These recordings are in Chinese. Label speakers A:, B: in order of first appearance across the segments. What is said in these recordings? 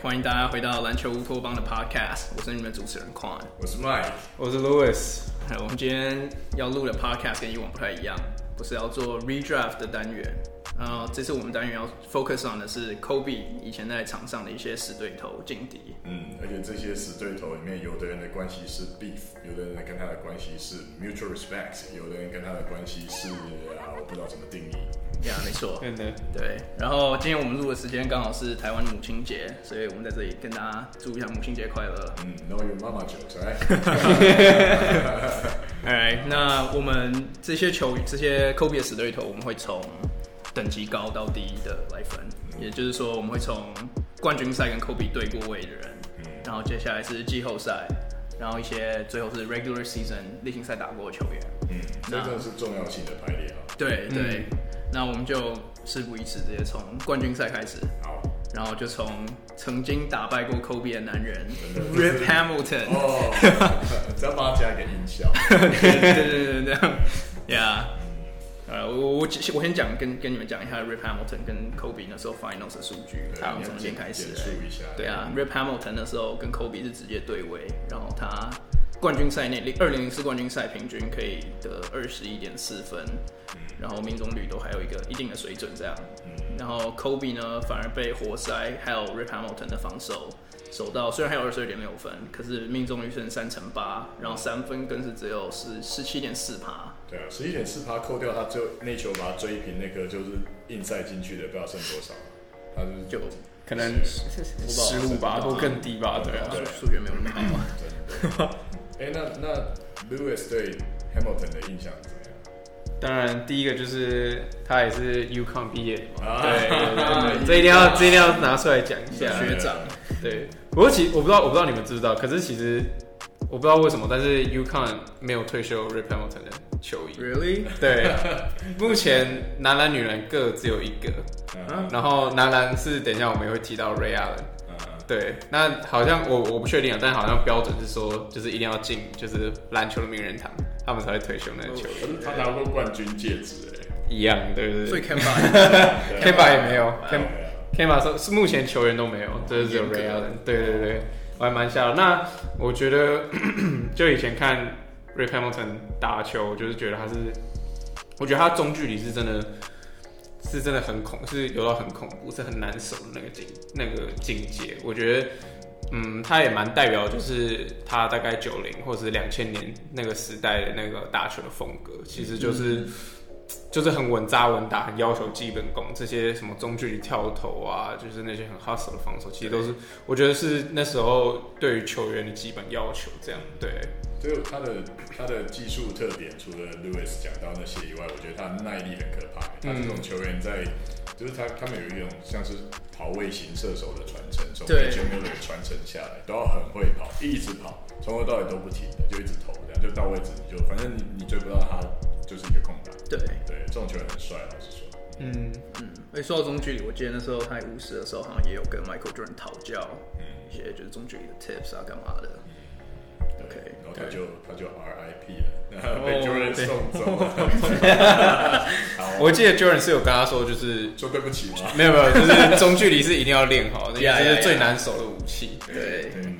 A: 欢迎大家回到篮球乌托邦的 Podcast，我是你们主持人 Quan。
B: 我是 Mike，
C: 我是 Louis，
A: 哎我们今天要录的 Podcast 跟以往不太一样，不是要做 redraft 的单元，呃，这次我们单元要 focus on 的是 Kobe 以前在场上的一些死对头劲敌。
B: 嗯，而且这些死对头里面，有的人的关系是 beef，有的人跟他的关系是 mutual respect，有的人跟他的关系是啊，我不知道怎么定义。
A: 呀、没 错，
C: 真的
A: 对。然后今天我们录的时间刚好是台湾母亲节，所以我们在这里跟大家祝一下母亲节快乐。
B: 嗯，know your mama jokes，right？
A: 哎，那我们这些球这些 Kobe 的死对头，我们会从等级高到低的来分，也就是说，我们会从冠军赛跟 Kobe 对过位的人，
B: 嗯
A: 然后接下来是季后赛，然后一些最后是 regular season 例行赛打过的球员。
B: 嗯，这真的是重要性的排列啊。
A: 对对，那我们就事不宜迟，直接从冠军赛开始，
B: 好，
A: 然后就从曾经打败过 Kobe 的男人
B: 真
A: Rip Hamilton。
B: 哦， 再帮他加一个音 效。
A: 对对对对对，Yeah。呃，我我我先讲跟跟你们讲一下 Rip Hamilton 跟 Kobe 那时候 Finals 的数据，
B: 对
A: 他们
B: 你要
A: 从先
B: 简
A: 开始
B: 简述一下
A: 对啊，Rip Hamilton 那时候跟 Kobe 是直接对位，然后他冠军赛那零二零零四冠军赛平均可以得二十一点四分，
B: 嗯
A: 然后命中率都还有一个一定的水准这样。然后 Kobe 呢反而被活塞还有 Rip Hamilton 的防守守到，虽然还有二十二点六分，可是命中率剩三成八，然后三分更是只有十十七点四趴。
B: 对啊，十一点四趴扣掉他最后那球把他追平那颗就是硬塞进去的，不知道剩多少，他就是
A: 就
C: 可能十五吧，或更低吧，对啊。
B: 对
A: 数学没有那么 好啊。
B: 哎、那那 Lewis 对 Hamilton 的印象怎么样？
C: 当然，第一个就是他也是 UConn 毕业的嘛，
B: 啊
C: 对 对，
B: 对
C: 对这一定要这一定要拿出来讲一下。
A: 学长，
C: 对，不过其我不知道我不知道你们知不知道，可是其实我不知道为什么，但是 UConn 没有退休 Rip Hamilton 的球衣。
A: Really？
C: 对，目前男篮、女篮各只有一个，
B: 嗯
C: 然后男篮是等一下我们也会提到 Ray Allen。
B: 嗯
C: 对，那好像我我不确定啊，但好像标准是说，就是一定要进就是篮球的名人堂，他们才会退休那
A: 哦
C: 个球
B: 可是他拿过冠军戒指哎、
C: 一样，对不
A: 嗯所以
C: 对
A: Ken b
C: k e m b a 也没有
B: 对啊
C: ，Kem b a 说是目前球员都没有，就是只有
A: 严格
C: Ray Allen。对对对，我还蛮吓的。那我觉得 就以前看 Ray Hamilton 打球，我就是觉得他是，我觉得他中距离是真的。是真的很恐，是有到很恐怖，是很难守的那个境那个境界。我觉得，嗯，他也蛮代表，就是他大概九零或者是两千年那个时代的那个打球的风格，其实就是、就是很稳扎稳打，很要求基本功，这些什么中距离跳投啊，就是那些很 hustle 的防守，其实都是我觉得是那时候对于球员的基本要求。这样对，
B: 就他的他的技术特点，除了 Lewis 讲到那些以外，我觉得他的耐力很可怕。他这种球员在，就是他他们有一种像是跑位型射手的传承，从
A: 对
B: Mitchell Miller 传承下来，都要很会跑，一直跑，从头到尾都不停的，就一直投，这样就到位置你就反正你你追不到他，就是一个空档。
A: 对，
B: 对，这种球员很帅，老实说。
C: 嗯，
A: 哎，说到中距离，我记得那时候他五十的时候，好像也有跟 Michael Jordan 讨教
B: 嗯
A: 一些就是中距离的 tips 啊，干嘛的。
B: 对
A: OK，
B: 然后他就他就 RIP 了，然后被
C: 哦
B: Jordan
C: 对
B: 送走了。 好，
C: 我记得 Jordan 是有跟他说，就是
B: 说对不起吗？
C: 没有没有，就是中距离是一定要练 好的，因
A: Yeah,
C: 为
A: yeah,
C: 这
A: yeah.
C: 是最难守的武器。
A: 对，
B: 嗯，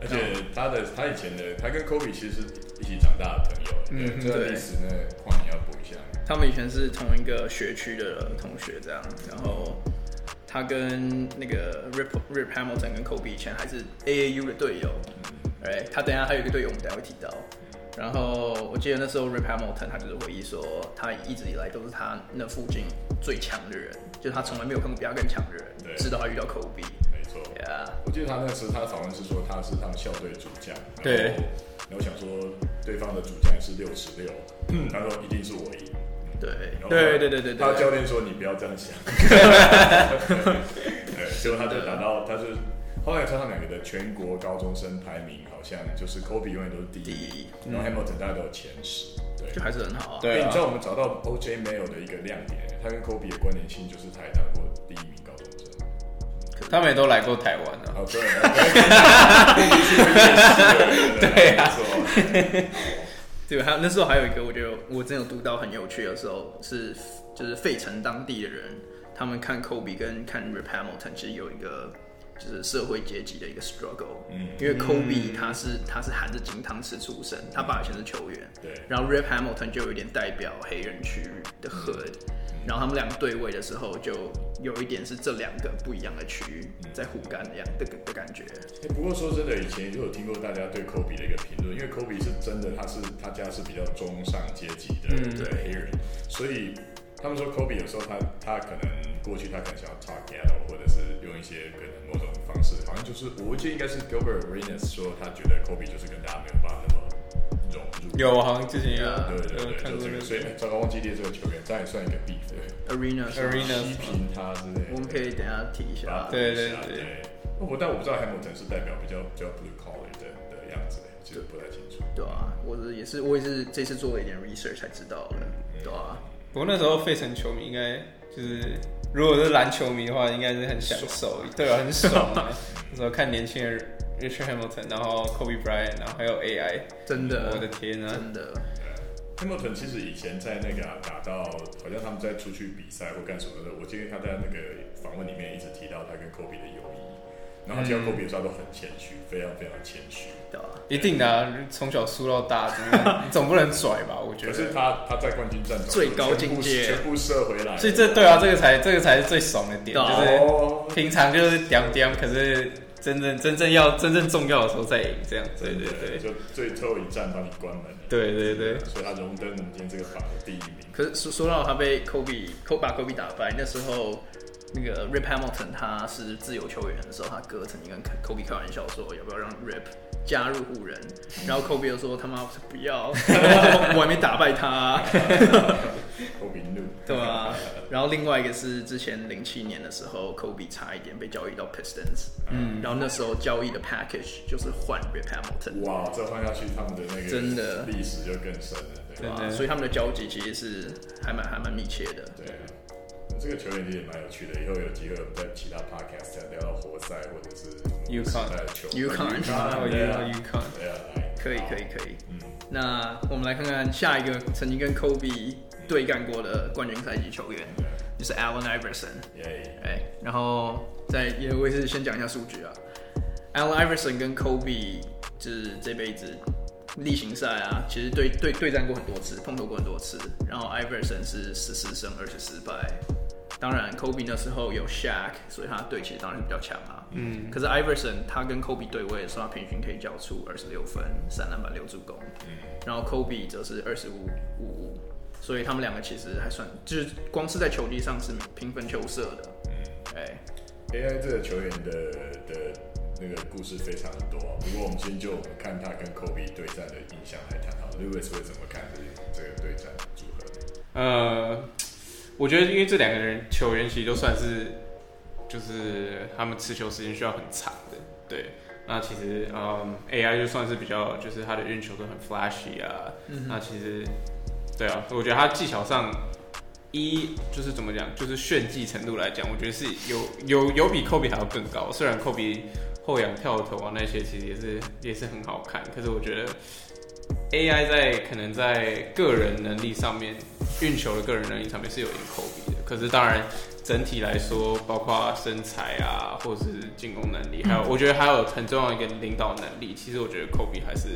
B: 而且他的他以前的他跟 Kobe 其实是一起长大的朋友，嗯，这段历史呢，况你要补一下。
A: 他们以前是同一个学区的同学这样，然后他跟那个 Rip Rip Hamilton 跟 Kobe 以前还是 AAU 的队友，哎，他等一下还有一个队友我们等一下会提到。然后我记得那时候 Rip Hamilton 他就是回忆说，他一直以来都是他那附近最强的人，就是他从来没有看过比他更强的
B: 对
A: 人，直到他遇到 Kobe。
B: 没错，
A: Yeah，
B: 我记得他那时他访问是说他是他们校队主将，然后
C: 对
B: 然后想说对方的主将也是六十六，他说一定是我赢。
A: 对
B: 然，
A: 嗯
B: 后
A: 对对对对
B: 他教
A: 对，
B: 练说你不要这样 想，对，结果他就打到，他就后来他们两个的全国高中生排名好像就是 Kobe 永远都是第
A: 第
B: 一
A: 一，嗯
B: 然后 Hamilton 大概都有前十，对，
A: 就还是很好啊。
C: 对
B: 欸
C: 啊
B: 你知道我们找到 OJ Mail 的一个亮点，他跟 Kobe 的关联性就是他也当过第一名高中生。
C: 他们也都来过台湾啊。
B: 哦，对，对 啊，没错
A: 对，还有那时候还有一个，我觉得我真有读到很有趣的时候是，就是费城当地的人，他们看 Kobe 跟看 Rip Hamilton 其实有一个就是社会阶级的一个 struggle。
B: 嗯，
A: 因为 Kobe 他是他是含着金汤匙出生，他爸以前是球员，
B: 对，
A: 然后 Rip Hamilton 就有一点代表黑人区域的 hood，然后他们两个对位的时候，就有一点是这两个不一样的区域在互干的样的的感觉。
B: 欸不过说真的，以前就有听过大家对科比的一个评论，因为科比是真的，他是他家是比较中上阶级的
C: 嗯
B: 对黑人，所以他们说科比有时候他他可能过去他可能想要 talk ghetto，或者是用一些可能某种方式，好像就是我记得应该是 Gilbert Arenas 说他觉得科比就是跟大家没有办法那么融入。
C: 有，我好像之前有
B: 对对
C: 有
B: 对，
C: 看
B: 就
C: 过
B: 这
C: 那
B: 个，所
C: 个
B: 以哎糟糕，忘记列这个球员，这样也算一个 beef，对
A: Arena，
C: Arena
B: 批评他之类的
A: 我。们可以等一下提一下。
C: 对对
B: 对。哦我但我不知道 Hamilton 是代表比较比较 blue collar 的的样子，其实不太清楚。
A: 对啊，我是也是我也是这次做了一点 research 才知道的，
C: 嗯
A: 对啊，
C: 不过那时候费城球迷应该就是，如果是篮球迷的话，应该是很享 受，对啊，很爽啊。那时候看年轻人 Richard Hamilton，然后 Kobe Bryant，然后还有 AI，
A: 真的，
C: 我的天啊！
A: 真的，
B: Hamilton 其实以前在那个、啊、打到，好像他们在出去比赛或干什么的，我记得他在那个访问里面一直提到他跟 Kobe 的友谊，然后他提到 Kobe 的时候他都很谦虚，非常非常谦虚。
A: 对啊，
C: 一定的、啊，从小输到大，怎么 样你总不能拽吧？我觉
B: 可
C: 得。
B: 是他他在冠军战
A: 最高境界
B: 全部射回来，
C: 所以这对啊，这个才这个才是最爽的点，
A: 对啊
C: 就是
B: 哦，
C: 平常就是屌屌，可是真正真正要真正重要的时候再赢，这样。对对对
B: 就最后一战帮你关门了。
C: 对对对，
B: 所以他荣登我们今天这个榜的第一名。
A: 可是说说到他被 Kobe 科把 Kobe 打败，那时候那个 Rip Hamilton 他是自由球员的时候，他哥曾经跟 Kobe 开玩笑说要不要让 Rip 加入湖 人，然后 Kobe 又说他妈不要，我还没打败 他，
B: Kobe 怒，
A: 对啊吧、然后另外一个是之前零七年的时候，Kobe 差一点被交易到 Pistons，嗯，然后那时候交易的 package 就是换 Rip Hamilton。
B: 哇，这换下去他们的那个
A: 真的
B: 历史就更深了，对吧？
A: 对吧啊所以他们的交集其实是还蛮还蛮密切的。
B: 对啊，这个球员其实也蛮有趣的，以后有机会我们在其他 podcast 再聊到活塞或者是某个时代的球
A: UConn
C: 然后
B: UConn，
C: 又
B: 对啊
C: 要预看，
B: 对啊，来
A: 可以可以，可以。
B: 嗯，
A: 那我们来看看下一个曾经跟 Kobe 对干过的冠军赛级球员，
B: 嗯
A: 就是 Allen Iverson。
B: 耶，
A: 哎，然后再也我也是先讲一下数据啊。Allen Iverson 跟 Kobe 就是这辈子例行赛啊，其实对对对战过很多次，碰头过很多次。然后 Iverson 是十四胜二十四败，当然 Kobe 那时候有 Shaq，所以他对其实当然比较强啊。嗯。可是 Iverson 他跟 Kobe 对位的时候，他平均可以交出二十六分、三篮板、六助攻。然后 Kobe 则是二十五五五，所以他们两个其实还算，就是光是在球技上是平分秋色的。
B: 嗯
A: 哎，
B: AI 这个球员的的那个故事非常多，啊不过我们先就我们看他跟 Kobe 对战的印象来谈好，Lewis 会怎么看这这个对战组合？
C: 呃，我觉得因为这两个人球员其实都算是，就是他们持球时间需要很长的，对。那其实，嗯，AI 就算是比较，就是他的运球都很 flashy 啊。
A: 嗯
C: 那其实，对啊，我觉得他技巧上，一就是怎么讲，就是炫技程度来讲，我觉得是有有有比 Kobe 还要更高。虽然 Kobe 后仰跳投啊那些其实也是也是很好看，可是我觉得 AI 在可能在个人能力上面，运球的个人能力上面是有赢 Kobe 的。可是当然，整体来说，包括身材啊，或是进攻能力，还有我觉得还有很重要一个领导能力。其实我觉得 Kobe 还是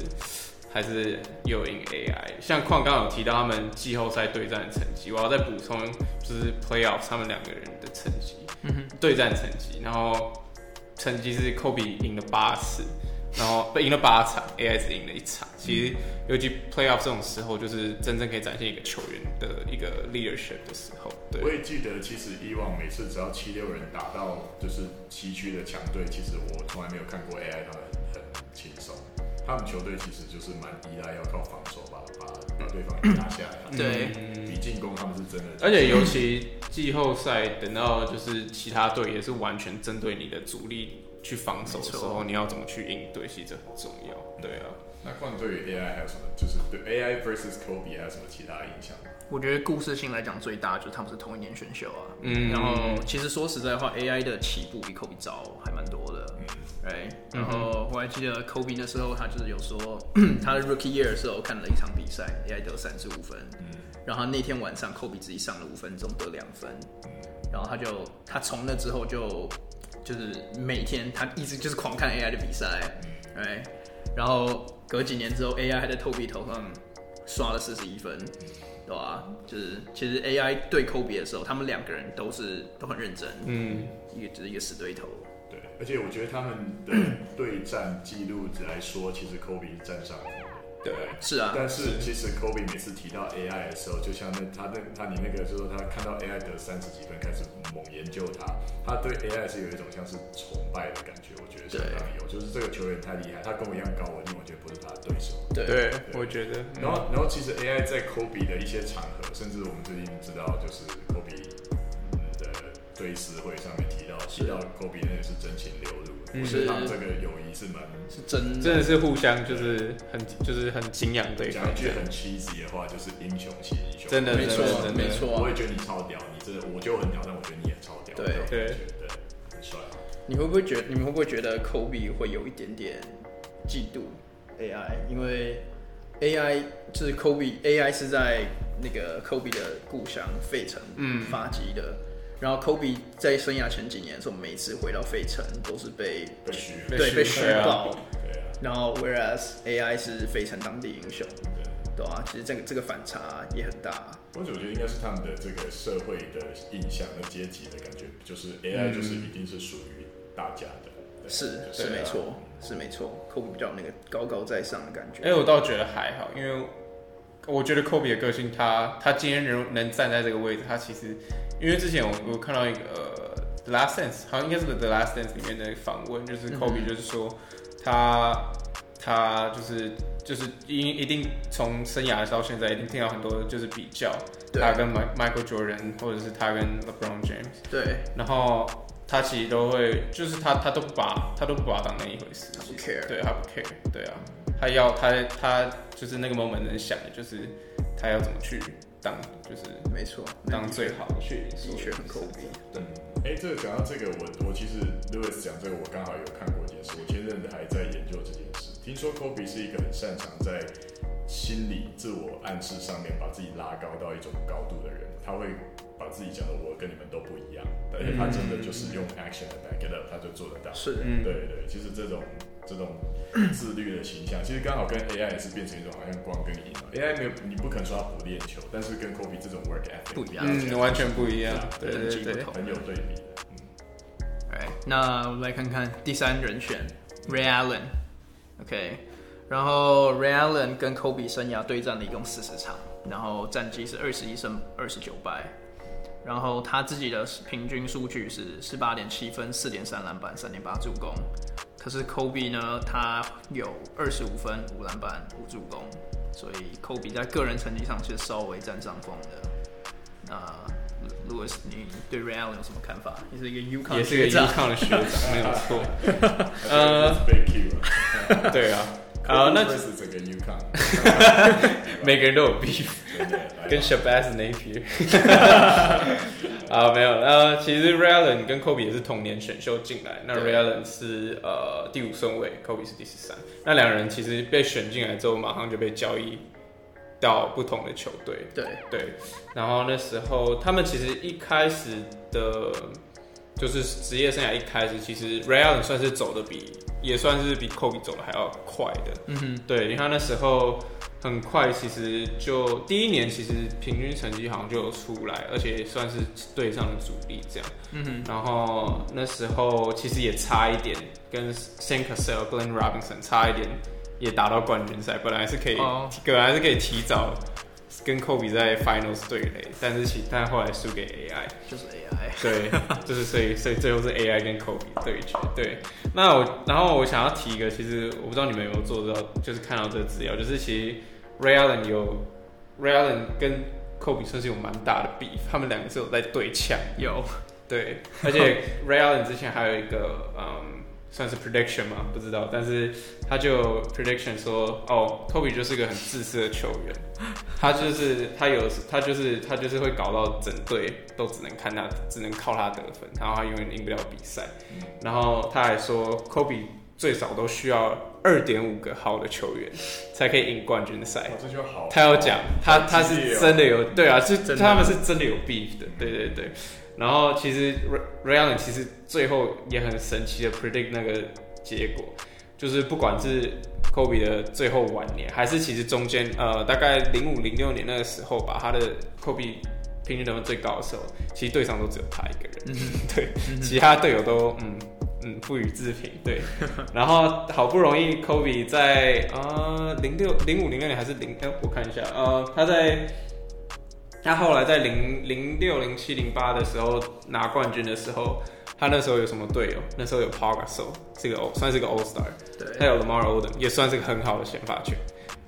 C: 还是有赢 AI。像矿刚刚有提到他们季后赛对战的成绩，我要再补充就是 Playoffs 他们两个人的成绩，
A: 嗯
C: 对战成绩，然后成绩是 Kobe 赢了八次，然后不赢了八场，AI 只赢了一场。其实，尤其 playoff 这种时候，就是真正可以展现一个球员的一个 leadership 的时候。
B: 我
C: 对，
B: 也记得，其实以往每次只要七六人打到就是西区的强队，其实我从来没有看过 AI 他们很很轻松。他们球队其实就是蛮依赖要靠防守把把把对方给压下来，
A: 对
B: 比进攻他们是真的。
C: 嗯而且尤其季后赛，等到就是其他队也是完全针对你的主力去防守的时
A: 没
C: 候，你要怎么去应对，其实很重要。对啊，
B: 那况对于 AI 还有什么？就是对 AI versus Kobe 还有什么其他的影响？
A: 我觉得故事性来讲最大就是他们是同一年选秀啊。
C: 嗯
A: 然后其实说实在话，AI 的起步比 Kobe 早还蛮多的。哎，然后我还记得 Kobe 那时候他就是有说， 他的 Rookie Year 的时候看了一场比赛，AI 得三十五分，然后他那天晚上 Kobe 自己上了五分钟得两分，然后他就他从那之后就就是每天他一直就是狂看 AI 的比赛，哎，然后隔几年之后，AI 还在 Kobe 头上刷了四十一分，对吧、就是其实 AI 对 Kobe 的时候，他们两个人都是都很认真，
C: 嗯，
A: 一个只是一个死对头，
B: 对，而且我觉得他们的对战记录来说，其实 Kobe 是占上风的。
C: 对
A: 是啊，
B: 但是其实 Kobe 每次提到 AI 的时候，就像那他那他你那个，就是说他看到 AI 得三十几分，开始猛研究他，他对 AI 是有一种像是崇拜的感觉，我觉得相当有，就是这个球员太厉害，他跟我一样高，我一定完全不是他的对手。
A: 对
C: 对，我觉得，
B: 然后，然后其实 AI 在 Kobe 的一些场合，甚至我们最近知道，就是 Kobe 嗯的追思会上面提到，提到 Kobe 那也是真情流露，
C: 嗯
B: 我觉得他们这个友谊是蛮。
A: 是真
C: 真的是互相就是很就是很敬仰对方
B: 讲，一句很 cheesy 的话，就是英雄惜英雄。
C: 真的
A: 没错
C: 真的真的
A: 没错、
B: 我
A: 啊
B: 也。觉得你超屌，你真的我就很屌，但我觉得你也超屌。
A: 对
B: 这种感觉
C: 对
B: 对，很帅。
A: 你会不会觉你们会不会觉得 Kobe 会有一点点嫉妒 AI？因为 AI 就是 Kobe AI 是在那个 Kobe 的故乡费城
C: 嗯
A: 发迹的。然后 Kobe 在生涯前几年的时候，每次回到费城都是被
B: 被虚荣
A: 对
C: 被
A: 被
C: 虚
A: 虚
C: 啊
A: 报，
B: 对啊，
A: 然后 whereas AI 是费城当地英雄，
B: 对。
A: 对啊，其实这个这个反差也很大，啊
B: 我总觉得应该是他们的这个社会的印象和阶级的感觉，就是 AI 就是一定是属于大家的。对
A: 是
B: 就是啊
A: 没错，是没错，Kobe 比较有那个高高在上的感觉。
C: 哎、我倒觉得还好，因为我觉得 Kobe 的个性他，他今天能能站在这个位置，他其实因为之前我我看到一个、呃、The Last Dance，好像应该是 The Last Dance 里面的访问，就是
A: 嗯
C: Kobe 就是说、他他就是就是一定一定从生涯到现在一定听到很多就是比较
A: 对
C: 他跟 Mi- Michael Jordan 或者是他跟 LeBron James，
A: 对
C: 然后他其实都会就是他他都不把他都不把他当那一回事，
A: ，I，don't care。
C: 对他不 care，对啊，他要他他就是那个 moment 能想的就是他要怎么去当，就是
A: 没错，
C: 当最好的去
A: 的确很抠鼻。
B: 嗯，哎、这个讲到这个，我我其实 Louis 讲这个，我刚好有看过一件事，我前阵子还在研究这件事。听说 Kobe 是一个很擅长在心理自我暗示上面把自己拉高到一种高度的人，他会把自己讲的我跟你们都不一样，但是他真的就是用 action 来 back it up，他就做得到。
A: 是，
C: 嗯，
B: 对对，其实这种这种自律的形象，其实刚好跟 AI 也是变成一种好像光跟影嘛。AI 没有，你不可能说他不练球，但是跟 Kobe 这种 work ethic
A: 不一样
C: 嗯，完全不一样，对
A: 等级
C: 对
A: 不
C: 对
A: 同。
B: 很有对比的。嗯。
A: 哎，那我们来看看第三人选 Ray Allen。OK，然后 Ray Allen 跟 Kobe 生涯对战了一共四十场，然后战绩是二十一胜二十九败。然后他自己的平均数据是十八点七分、四点三篮板、三点八助攻。可是 Kobe 呢，他有二十五分、五篮板、五助攻，所以 Kobe 在个人成绩上是稍微占上风的。那 Louis，你对 Ray Allen 有什么看法？你是一个 UConn
C: 也是个
A: 学长
C: UConn 的学长，没有 错。
B: 呃
C: 呃，
B: 被 Q 了。
C: 对啊，啊，那
B: 是整个 UConn，
C: 每个人都有 beef，
B: 真的来吧
C: 跟 Shabazz 那 一批。啊，没有，呃，其实 Ray Allen 跟 Kobe 也是同年选秀进来，那
A: 对
C: Ray Allen 是呃第五顺位，Kobe 是第十三，那两人其实被选进来之后，马上就被交易到不同的球队，
A: 对
C: 对，然后那时候他们其实一开始的，就是职业生涯一开始，其实 Ray Allen 算是走的比，也算是比 Kobe 走的还要快的。
A: 嗯哼，
C: 对，你看那时候很快，其实就第一年其实平均成绩好像就有出来，而且算是队上的主力这样。
A: 嗯哼，
C: 然后那时候其实也差一点，跟 Sam Cassell、Glenn Robinson 差一点也打到冠军赛，本来是可以
A: 哦
C: 本来是可以提早跟 Kobe 在 Finals 对垒，但是其但后来输给 AI。
A: 就是 AI。
C: 对，就是所以所以最后是 AI 跟 Kobe 对决。对，那我然后我想要提一个，其实我不知道你们有没有做到，就是看到这个资料，就是其实 Ray Allen 有 Ray Allen 跟 Kobe 算是有蛮大的 beef，他们两个是有在对呛。
A: 有，
C: 对，而 且 Ray Allen 之前还有一个嗯，算是 prediction 嘛，不知道，但是他就 prediction 说，哦，Kobe 就是个很自私的球员，他就是他有他就是他就是会搞到整队都只能看他，只能靠他得分，然后他永远赢不了比赛。
B: 嗯
C: 然后他还说，Kobe 最少都需要二点五个好的球员才可以赢冠军赛。
B: 哦哇，这就好。
C: 他有讲，他
B: 好
C: 他
B: 激烈
C: 是
B: 哦
C: 真的有，对啊，是
A: 真的
C: 他们是真的有 beef 的，对对对。然后其实 Ray Ray Allen 其实最后也很神奇的 predict 那个结果，就是不管是 Kobe 的最后晚年，还是其实中间呃大概零五零六年那个时候吧，他的 Kobe 平均得分最高的时候，其实队上都只有他一个人， 对，其他队友都嗯嗯不予置评， 对。然后好不容易 Kobe 在呃零六零五零六年还是零哎、我看一下呃他在他后来在零零六、零七、零八的时候拿冠军的时候，他那时候有什么队友？那时候有 p a g a s o 是个 O，算是个 All Star，还
A: 对，
C: 有 Lamar Odom，也算是个很好的选发权，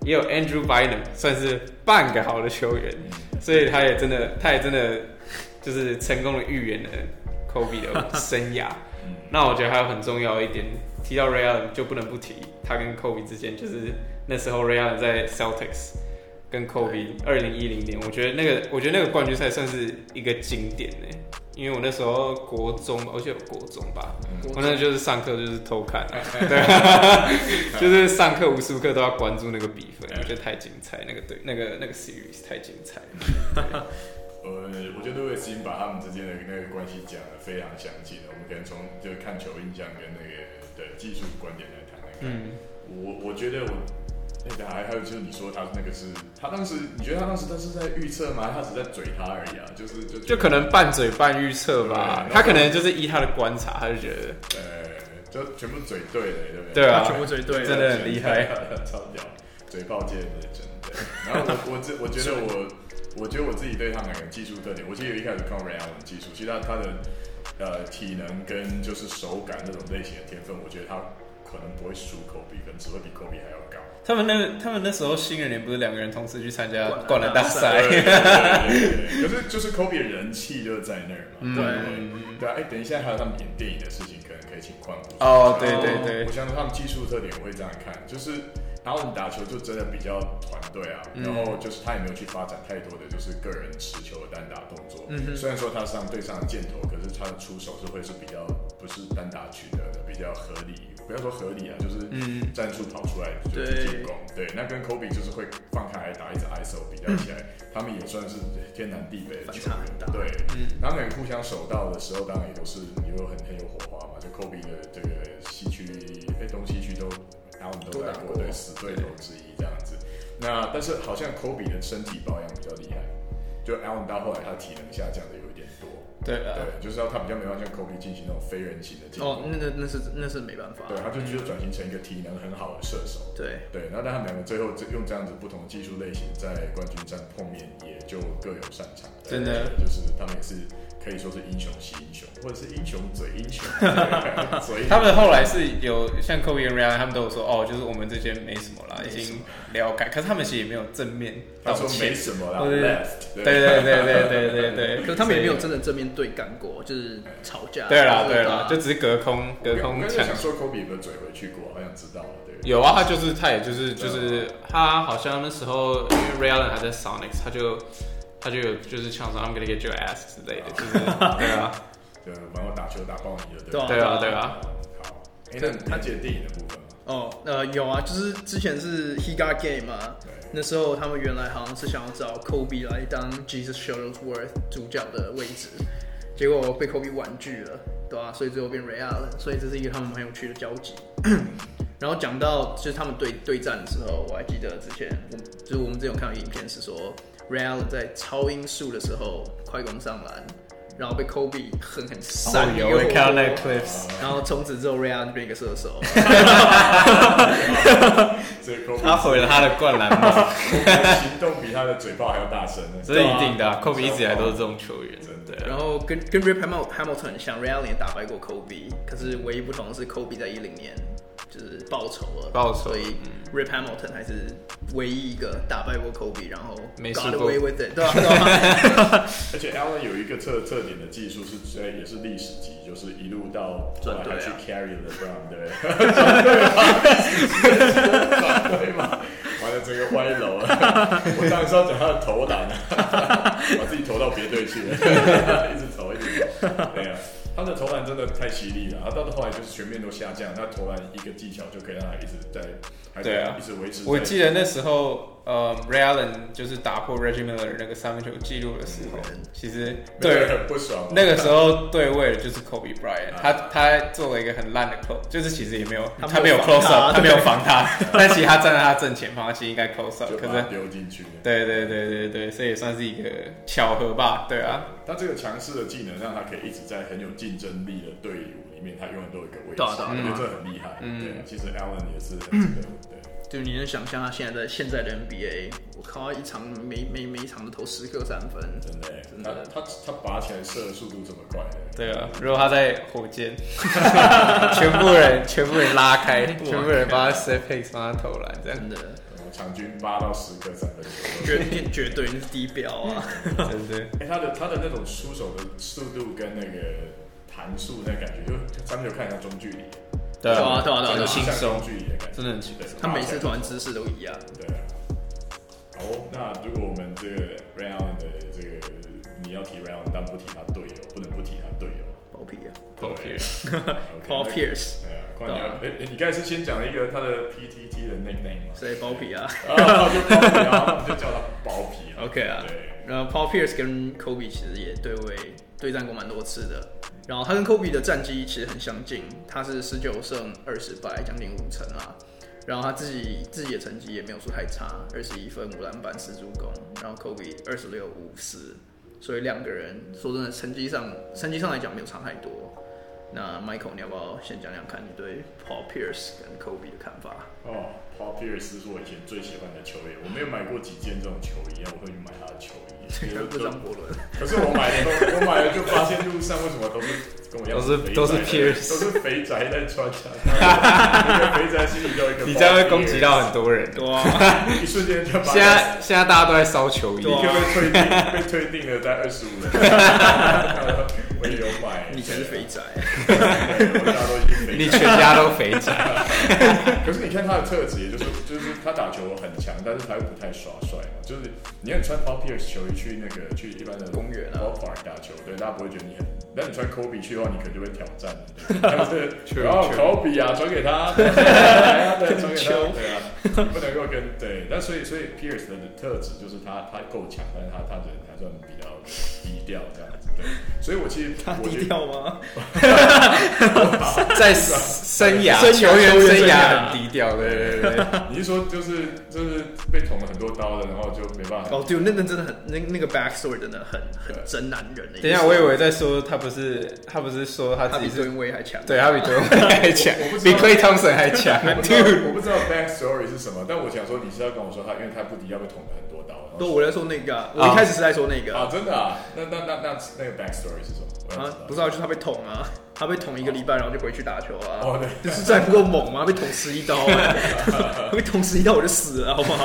C: 也有 Andrew Bynum，算是半个好的球员，
B: 嗯
C: 所以他也真的，他也真的就是成功的预言了 Kobe 的生涯。
B: 嗯
C: 那我觉得还有很重要一点，提到 Ray Allen 就不能不提他跟 Kobe 之间，就是那时候 Ray Allen 在 Celtics 跟 Kobe 二零一零年，我觉得那个我觉得那个冠军赛算是一个经典呢、因为我那时候国中，而且有国中吧，
B: 嗯
A: 国
C: 我
A: 中
C: 那就是上课就是偷看、啊，对， 就是上课无时无刻都要关注那个比分，我觉得太精彩，那个对那个那个 series 太精彩了。
B: 呃，我觉得魏斯已经把他们之间的那个关系讲得非常详尽了。我们可能从就是看球印象跟那个对技术观点来谈那个。
C: 嗯，
B: 我我觉得我哎那个还还有就是你说他那个是他当时你觉得他当时他是在预测吗？他只是在嘴他而已啊，就是就
C: 就可能半嘴半预测吧，
B: 对
C: 他可能就是依他的观察，他就觉得
B: 呃就全部嘴对了，对不对？
C: 对啊
A: 他全部追对了，
C: 真的很厉害，
B: 超屌，嘴炮界的真的。然后我我自我觉得 我我觉得我自己对他们两个技术特点，我记得一开始看 Ray Allen 技术，其实他他的呃体能跟就是手感这种类型的天分，我觉得他可能不会输 Kobe，可能只会比 Kobe 还要高。
C: 他们那个他们那时候新人年不是两个人同时去参加
A: 灌
C: 灌
A: 篮
C: 篮
A: 大
C: 大
A: 赛
C: 赛，
B: 对对对对可是就是 Kobe 的人气就在那儿嘛。
A: 对
B: 对啊，哎，等一下还有他们演电影的事情，可能可以请邝博士
C: 哦，对对对
B: 我，相信他们技术特点，我会这样看，就是然后你打球就真的比较团队啊，然后就是他也没有去发展太多的就是个人持球的单打动作。嗯、虽然说他上对上的箭头，可是他的出手是会是比较不是单打取得的，比较合理，不要说合理啊，就是战术跑出来就是进攻。对，那跟 Kobe 就是会放开来打，一直 ISO 比较起来，他们也算是天南地北的球
A: 反差
B: 员
A: 很。大嗯
B: 对，他们互相守到的时候，当然也都是你又很很有火花嘛。就 Kobe 的这个西区，哎、东西区都，然后我们都打过，对，死对头之一这样子。那但是好像 Kobe 的身体保养比较厉害，就 Allen 到后来他体能下降的有一点多，
C: 对啊，
B: 对，就是他比较没办法像 Kobe 进行那种非人形的进攻，
A: 呃哦，那个那是那是没办法，
B: 对，他就就转型成一个体能很好的射手。
A: 对，
B: 对，那但他们两个最后这用这样子不同的技术类型在冠军战碰面，也就各有擅长。对
C: 真的
B: 就是他们也是可以说是英雄惜英雄，或者是英雄嘴英雄，对嘴英
C: 他
B: 雄。
C: 们后来是有像 Kobe 跟 Ray，Allen，他们都有说哦，就是我们之间没什么啦，已经了解。可是他们其实也没有正面
B: 他
C: 道
B: 说没
C: 歉。
B: 什么啦
C: 道歉
B: ，left，
C: 对对对对对对对，
A: 可是他们也没有
C: 所
A: 真的正面对干过，就是吵架，
C: 以。对啦
A: 或者
C: 对
A: 打
C: 啦，就只是隔空
B: 我
C: 隔
B: 刚我
C: 空
B: 刚才
C: 抢
B: 想说 Kobe 有没有嘴回去过，好想知道了，对。
C: 有啊，他就是他也就是就是他好像那时候因为 Ray Allen 还在 Sonics，他就他就有就是呛说 I'm gonna get your ass 之类的，就是对啊
B: 对，然后打球打爆你了，对
A: 对
B: 吧
A: 啊
C: 对啊对啊，
B: 好，哎，那他姐电影的部分嘛，
A: 哦，呃，有啊，就是之前是 He Got Game 啊，
B: 对，
A: 那时候他们原来好像是想要找 Kobe 来当 Jesus Shuttlesworth 主角的位置，结果被 Kobe 婉拒了，对啊？所以最后变 Ray Allen，所以这是一个他们很有趣的交集。 然后讲到就是他们对对战的时候，我还记得之前我们就是我们之前有看到一个影片是说 Ray Allen 在超音速的时候快攻上篮，然后被 Kobe 狠狠
C: 哦
A: 扇一
C: 有
A: 个
C: 我
A: 火
C: 有看到那个
A: 锅
C: clips，
A: 然后从此之后 Ray Allen 就变一个射手。
B: 所以 Kobe
C: 他毁了他的灌篮梦，
B: 行动比他的嘴炮还要大声呢，
C: 这是一定的、啊。Kobe 一直以来都是这种球员，
B: 真的
C: 对啊
A: 然后跟跟 Rip Hamil- Hamilton 很像，Ray Allen 也打败过 Kobe，可是唯一不同的是 Kobe 在一零年就是报仇了，
C: 报仇
A: 所以 Rip Hamilton 还是唯一一个打败过 Kobe，然后
C: 没
A: got
C: 输过
A: away with it，对吧、 啊对吧、
B: 而且 Allen 有一个特特点的技术是，虽然也是历史级，就是一路到后
A: 转
B: 来
A: 队
B: 还
A: 啊
B: 去 carry LeBron，对不 对？啊转队嘛，完了整个歪楼 了。我当时要讲他的投篮，啊把自己投到别队去 了，一直投一直投。对啊，他的投篮真的太犀利了，他到后来就是全面都下降，他投篮一个技巧就可以让他一直在，还是
C: 对啊
B: 一直维持在。
C: 我记得那时候呃 Ray Allen 就是打破 Reggie Miller 那个三分球记录的时候，其实
B: 每个
C: 对
B: 人很不爽。
C: 那个时候对位的就是 Kobe Bryant，
B: 啊
C: 他他做了一个很烂的 close，就是其实也没有
A: 他
C: 他没
A: 没有
C: 有 close
A: 防他
C: up，他没有防他，但其实他站在他正前方，他其实应该 close up，
B: 就
C: 可
B: 把
C: 是
B: 它丢进去。
C: 对对对对对，所以也算是一个巧合吧，对啊，
B: 他这个强势的技能让他可以一直在很有竞争力的队伍里面，他永远都有一个位置，
A: 对啊对啊嗯
B: 我觉得
C: 对啊
B: 这很厉害。
C: 嗯
B: 对，其实 Allen 也是很值得。对，
A: 就啊你能想象他现在在现在的 NBA，我靠，一场每每每一场都投十个三分，
B: 真的耶，
A: 真
B: 他
A: 的
B: 他他拔起来射的速度这么快，
C: 嗯对啊，如果他在火箭，全部人全部人拉开，全部人帮他 set pace，帮他投篮，这样
A: 真的
B: 然后场均八到十个三分球。
A: 绝对绝对是低标啊！
C: 真的
B: 哎、他的他的那种出手的速度跟那个弹速那感觉，就张球看一下中距离，
A: 对啊对啊对啊对啊
C: 很呃轻
B: 像
C: 松
B: 中，距离的感觉，
C: 真的很轻
B: 对
C: 松。
A: 他每次投篮姿势都一样，
B: 对啊。好哦，那如果我们这个 Ray Allen 的这个，你要提 Ray Allen，但不提他队友，不能不提他队 友。
A: 包皮啊
C: ，Paul Pierce
B: OK，
A: ，Paul
B: 那
A: Pierce，
B: 对啊，快点啊！哎、哎你刚才是先讲了一个他的 PTT 的 nickname 吗？
A: 所以包皮啊
B: 啊，就包皮啊，就叫他包皮 啊。
A: ，OK 啊。
B: 对，
A: 然后 Paul Pierce 跟 Kobe 其实也对位对战过蛮多次的，然后他跟 Kobe 的战绩其实很相近，他是十九胜二十败，将近五成啦。然后他自己自己的成绩也没有说太差，二十一分五篮板四助攻，然后 Kobe 二十六五四，所以两个人说真的成绩上成绩上来讲没有差太多。那 Michael，你要不要先讲讲看你对 Paul Pierce 跟 Kobe 的看法？
B: 哦，Paul Pierce 是我以前最喜欢的球员，我没有买过几件这种球衣，啊，我会去买他的球衣。
A: 这个不是张伯伦，
B: 可是我买的都，我买了就发现路上为什么都是跟我一样
C: 都是
B: 肥宅
C: 都是 Pierce
B: 都是肥宅在穿的，一个肥宅心里都有一个 Paul Pierce。
C: 你这样会攻击到很多人。
A: 对啊，
B: 一瞬间就把
C: 现在现在大家都在烧球衣
A: 对，
B: 你就被退订，被退订了在二十五人。 我也有 买，
A: 你才是肥 宅。
B: 对，我大家都已经肥宅了。
C: 你全家都肥宅，
B: 可是你看他的特质，也就是就是他打球很强，但是他又不太耍帅嘛。就是你看穿 Paul Pierce 球衣去那个去一般的
A: 公园啊
B: ball park 打球，对，大家不会觉得你很。但你穿 Kobe 去的话，你可能就会挑战。 对然后 Kobe 啊，传给 他，对，传给他，对啊，你不能够跟对。但所以所以 Pierce 的特质就是他他够强，但是他他人还算比较低调这样子。对，所以我其实
A: 他
B: 我
A: 低
B: 觉得
A: 调吗？
C: 在生涯
A: 生涯
C: 球员
A: 球员
C: 生
A: 生
C: 涯
A: 涯
C: 很低调，对对对对，
B: 你是说就是就是被捅了很多刀的，然后就没办法。呃
A: 哦，对，那个真的很，那那个 backstory 真的很很真男人的。
C: 等一下，我以为在说他不是他不是说他
A: 他
C: 自己
A: 比
C: 是，
A: 吨威还强。
C: 对他比 d u 还强
B: 我不，知
C: 比
B: 道
C: Clay Thompson 还强
B: 我不知道
C: ，Dude。
B: 我不知道 back story 是什么，但我想说你是要跟我说他，因为他不敌要被捅了很多刀。然
A: 对，
B: 后
A: 我在说那个啊，我一开始是在说那个
B: 啊，
A: 啊，
B: 真的啊？那那那那那个 back story 是什么？我想知道
A: 不知道就是他被捅啊，他被捅一个礼拜，然后就回去打球啊，
B: 哦，对，
A: 就是再不够猛嘛，被捅十一刀啊， 被捅十一刀我就死了，好不好？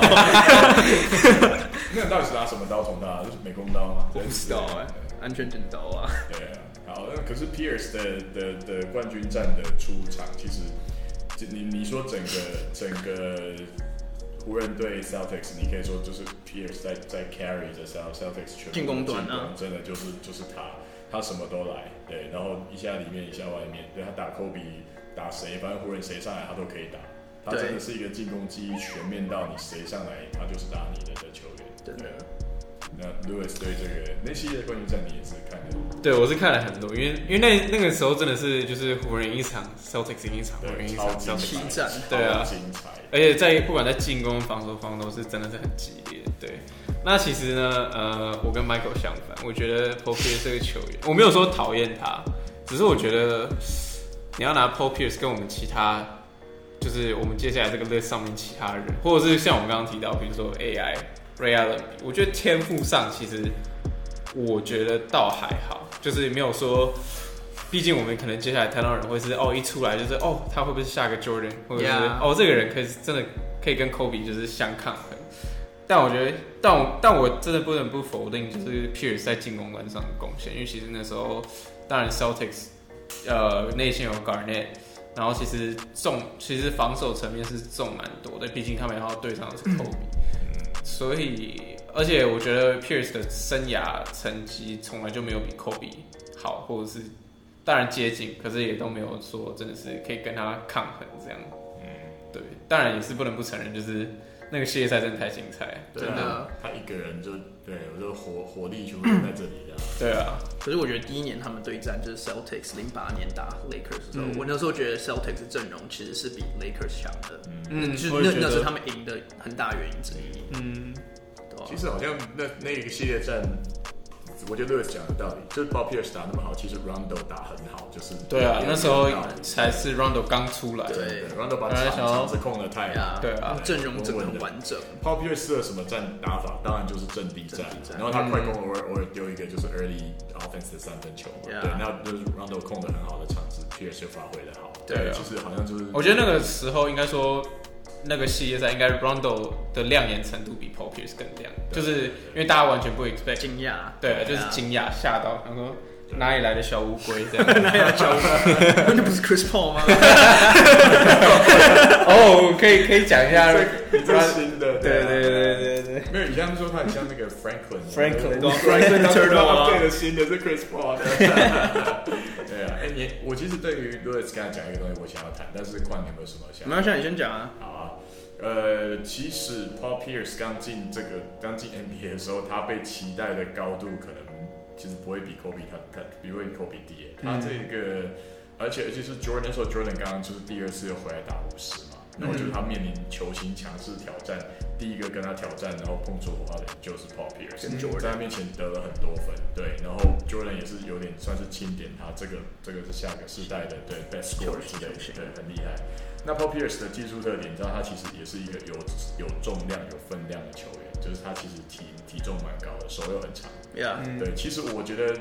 B: 那到底是拿什么刀捅他？啊就是美工刀吗？
A: 我不知道哎，安全剪刀啊，
B: 对啊，好，那可是 Pierce 的的的冠军战的出场，其实就你你说整个整个湖人队 Celtics，你可以说就是 Pierce 在在 carry 着 Cel Celtics 全部
A: 进攻端
B: 进
A: 啊
B: 真的就是就是他，他什么都来，对，然后一下里面一下外面，对他打科比打谁，反正湖人谁上来他都可以打。他真的
A: 对
B: 是一个进攻记忆全面到你谁上来他就是打你的的球员。
A: 真的
B: 对啊，那 Lewis 对这个那系列冠军战你也是看的
C: 对，我是看了很多，因为因为那那个时候真的是就是湖人一场，Celtics 赢一场，湖人
B: 对，
C: 一
B: 超
C: 场
B: 级
C: ，Celtics，
A: 精彩战
C: 对啊
B: 超精彩。
C: 而且在不管在进攻、防守方都是真的是很激烈。对，那其实呢，呃，我跟 Michael 相反，我觉得 Paul Pierce 这个球员，我没有说讨厌他，只是我觉得你要拿 Paul Pierce 跟我们其他，就是我们接下来这个 list 上面其他人，或者是像我们刚刚提到，比如说 AI、Ray Allen，我觉得天赋上其实我觉得倒还好，就是没有说。毕竟我们可能接下来谈到的人会是哦，一出来就是哦，他会不会是下个 Jordan，或者是
A: Yeah
C: 哦，这个人可以真的可以跟 Kobe 就是相抗衡。但我觉得，但我但我真的不能不否定，就是 Pierce 在进攻端上的贡献，因为其实那时候当然 Celtics 呃内线有 Garnett，然后其实重其实防守层面是重蛮多的，毕竟他们要对上的是 Kobe，所以而且我觉得 Pierce 的生涯成绩从来就没有比 Kobe 好，或者是当然接近，可是也都没有说真的是可以跟他抗衡这样。
B: 嗯，
C: 对，当然也是不能不承认，就是那个系列赛真的太精彩，
B: 对
A: 真
B: 啊
A: 的，
B: 他一个人就对我就火火力全部都在这里的。
C: 对啊，
A: 可是我觉得第一年他们对战就是 Celtics 零八年打 Lakers 的时候，
C: 嗯
A: 我那时候觉得 Celtics 的阵容其实是比 Lakers 强的，
C: 嗯，
A: 就是
C: 我也
A: 那
C: 觉
A: 那是
C: 得
A: 他，们赢的很大原因之一，
C: 嗯，
A: 对啊吧、
B: 其实好像那那一个系列战，我觉得 Lewis 讲的道理，就是 Bob Pierce 打那么好，其实 Rondo 打很好，就是
C: 对啊
B: 也，有
C: 那时候
B: 道理
C: 才是 Rondo 刚出来，
A: 对
B: ，Rondo 把
C: 本来
B: 场
C: 想要
B: 场子控的太
A: 对啊
B: 好。
C: 对啊
A: 阵容整个
B: 稳稳
A: 很
B: 的
A: 完整，
B: Paul Pierce 的什么战打法，当然就是阵地战
A: 阵地，战
B: 然后他快攻偶尔偶尔丢一个就是 early offense 的三分球嘛，
A: Yeah
B: 对，那就是 Rondo 控的很好的场子，Pierce 就发挥的好，
C: 对啊
B: 就是好像就是
C: 我觉得那个时候应该说，那个系列赛应该 Rondo 的亮眼程度比 Paul Pierce 更亮，
B: 对
C: 就是因为大家完全不 expect，
A: 惊讶，
C: 对，啊就是惊讶吓到，想说哪里来的小乌龟这样，
A: 讶，那不是 Chris Paul 吗？
C: 哦，可以可以讲一下，
B: 这这是新的，
C: 对
B: 啊
C: 对对对对
B: 没有，你刚刚说他很像那个 Franklin
C: Franklin，
B: 对啊
C: Franklin Turtle 啊
B: 对的新的是 Chris Paul 的。对啊，哎、你我其实对于 Louis 刚才讲一个东西，我想要谈，但是况你有没有什么想
A: 没？关系，你先讲啊。
B: 好啊，呃，其实 Paul Pierce 刚进这个刚进 NBA 的时候，他被期待的高度可能其实不会比 Kobe 他他不会比 Kobe 低耶、他
C: 嗯
B: 这个，而且而且是 Jordan 那时候 Jordan 刚刚就是第二次又回来打五十嘛，然后就是他面临球星强势挑战，第一个跟他挑战，然后碰出火花的就是 Paul Pierce，
A: 跟 Jordan
B: 在他面前得了很多分，对，然后 Jordan 也是有点算是钦点他，这个这个是下个世代的对 best scorer 之类的，对，很厉害。那 Paul Pierce 的技术特点，你知道他其实也是一个有有重量、有分量的球员，就是他其实体体重蛮高的，手又很长。
A: Yeah，
C: 嗯
B: 对，其实我觉得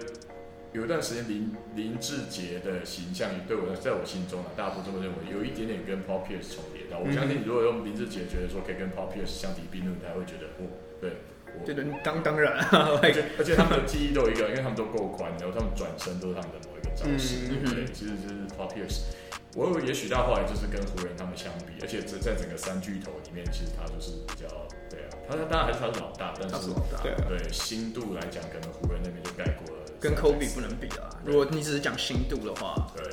B: 有一段时间林林志杰的形象，对我在我心中啊，大家都这么认为，有一点点跟 Paul Pierce 重叠到。我相信，如果用林志杰觉得说可以跟 Paul Pierce 相提并论，他会觉得哦，对我
A: 对对，当当然，啊
B: 而且而且他们的记忆都有一个，因为他们都够宽，然后他们转身都是他们的某一个招式。
A: 嗯
B: 对，其实就是 Paul Pierce。我有也许到后来就是跟湖人他们相比，而且这在整个三巨头里面，其实他就是比较对啊，他他当然还是他是老大，但
A: 他
B: 是
A: 是老大，
C: 对
B: 对心度来讲，可能湖人那边就盖过了，
A: 啊跟 Kobe 不能比啊。如果你只是讲心度的话，
B: 对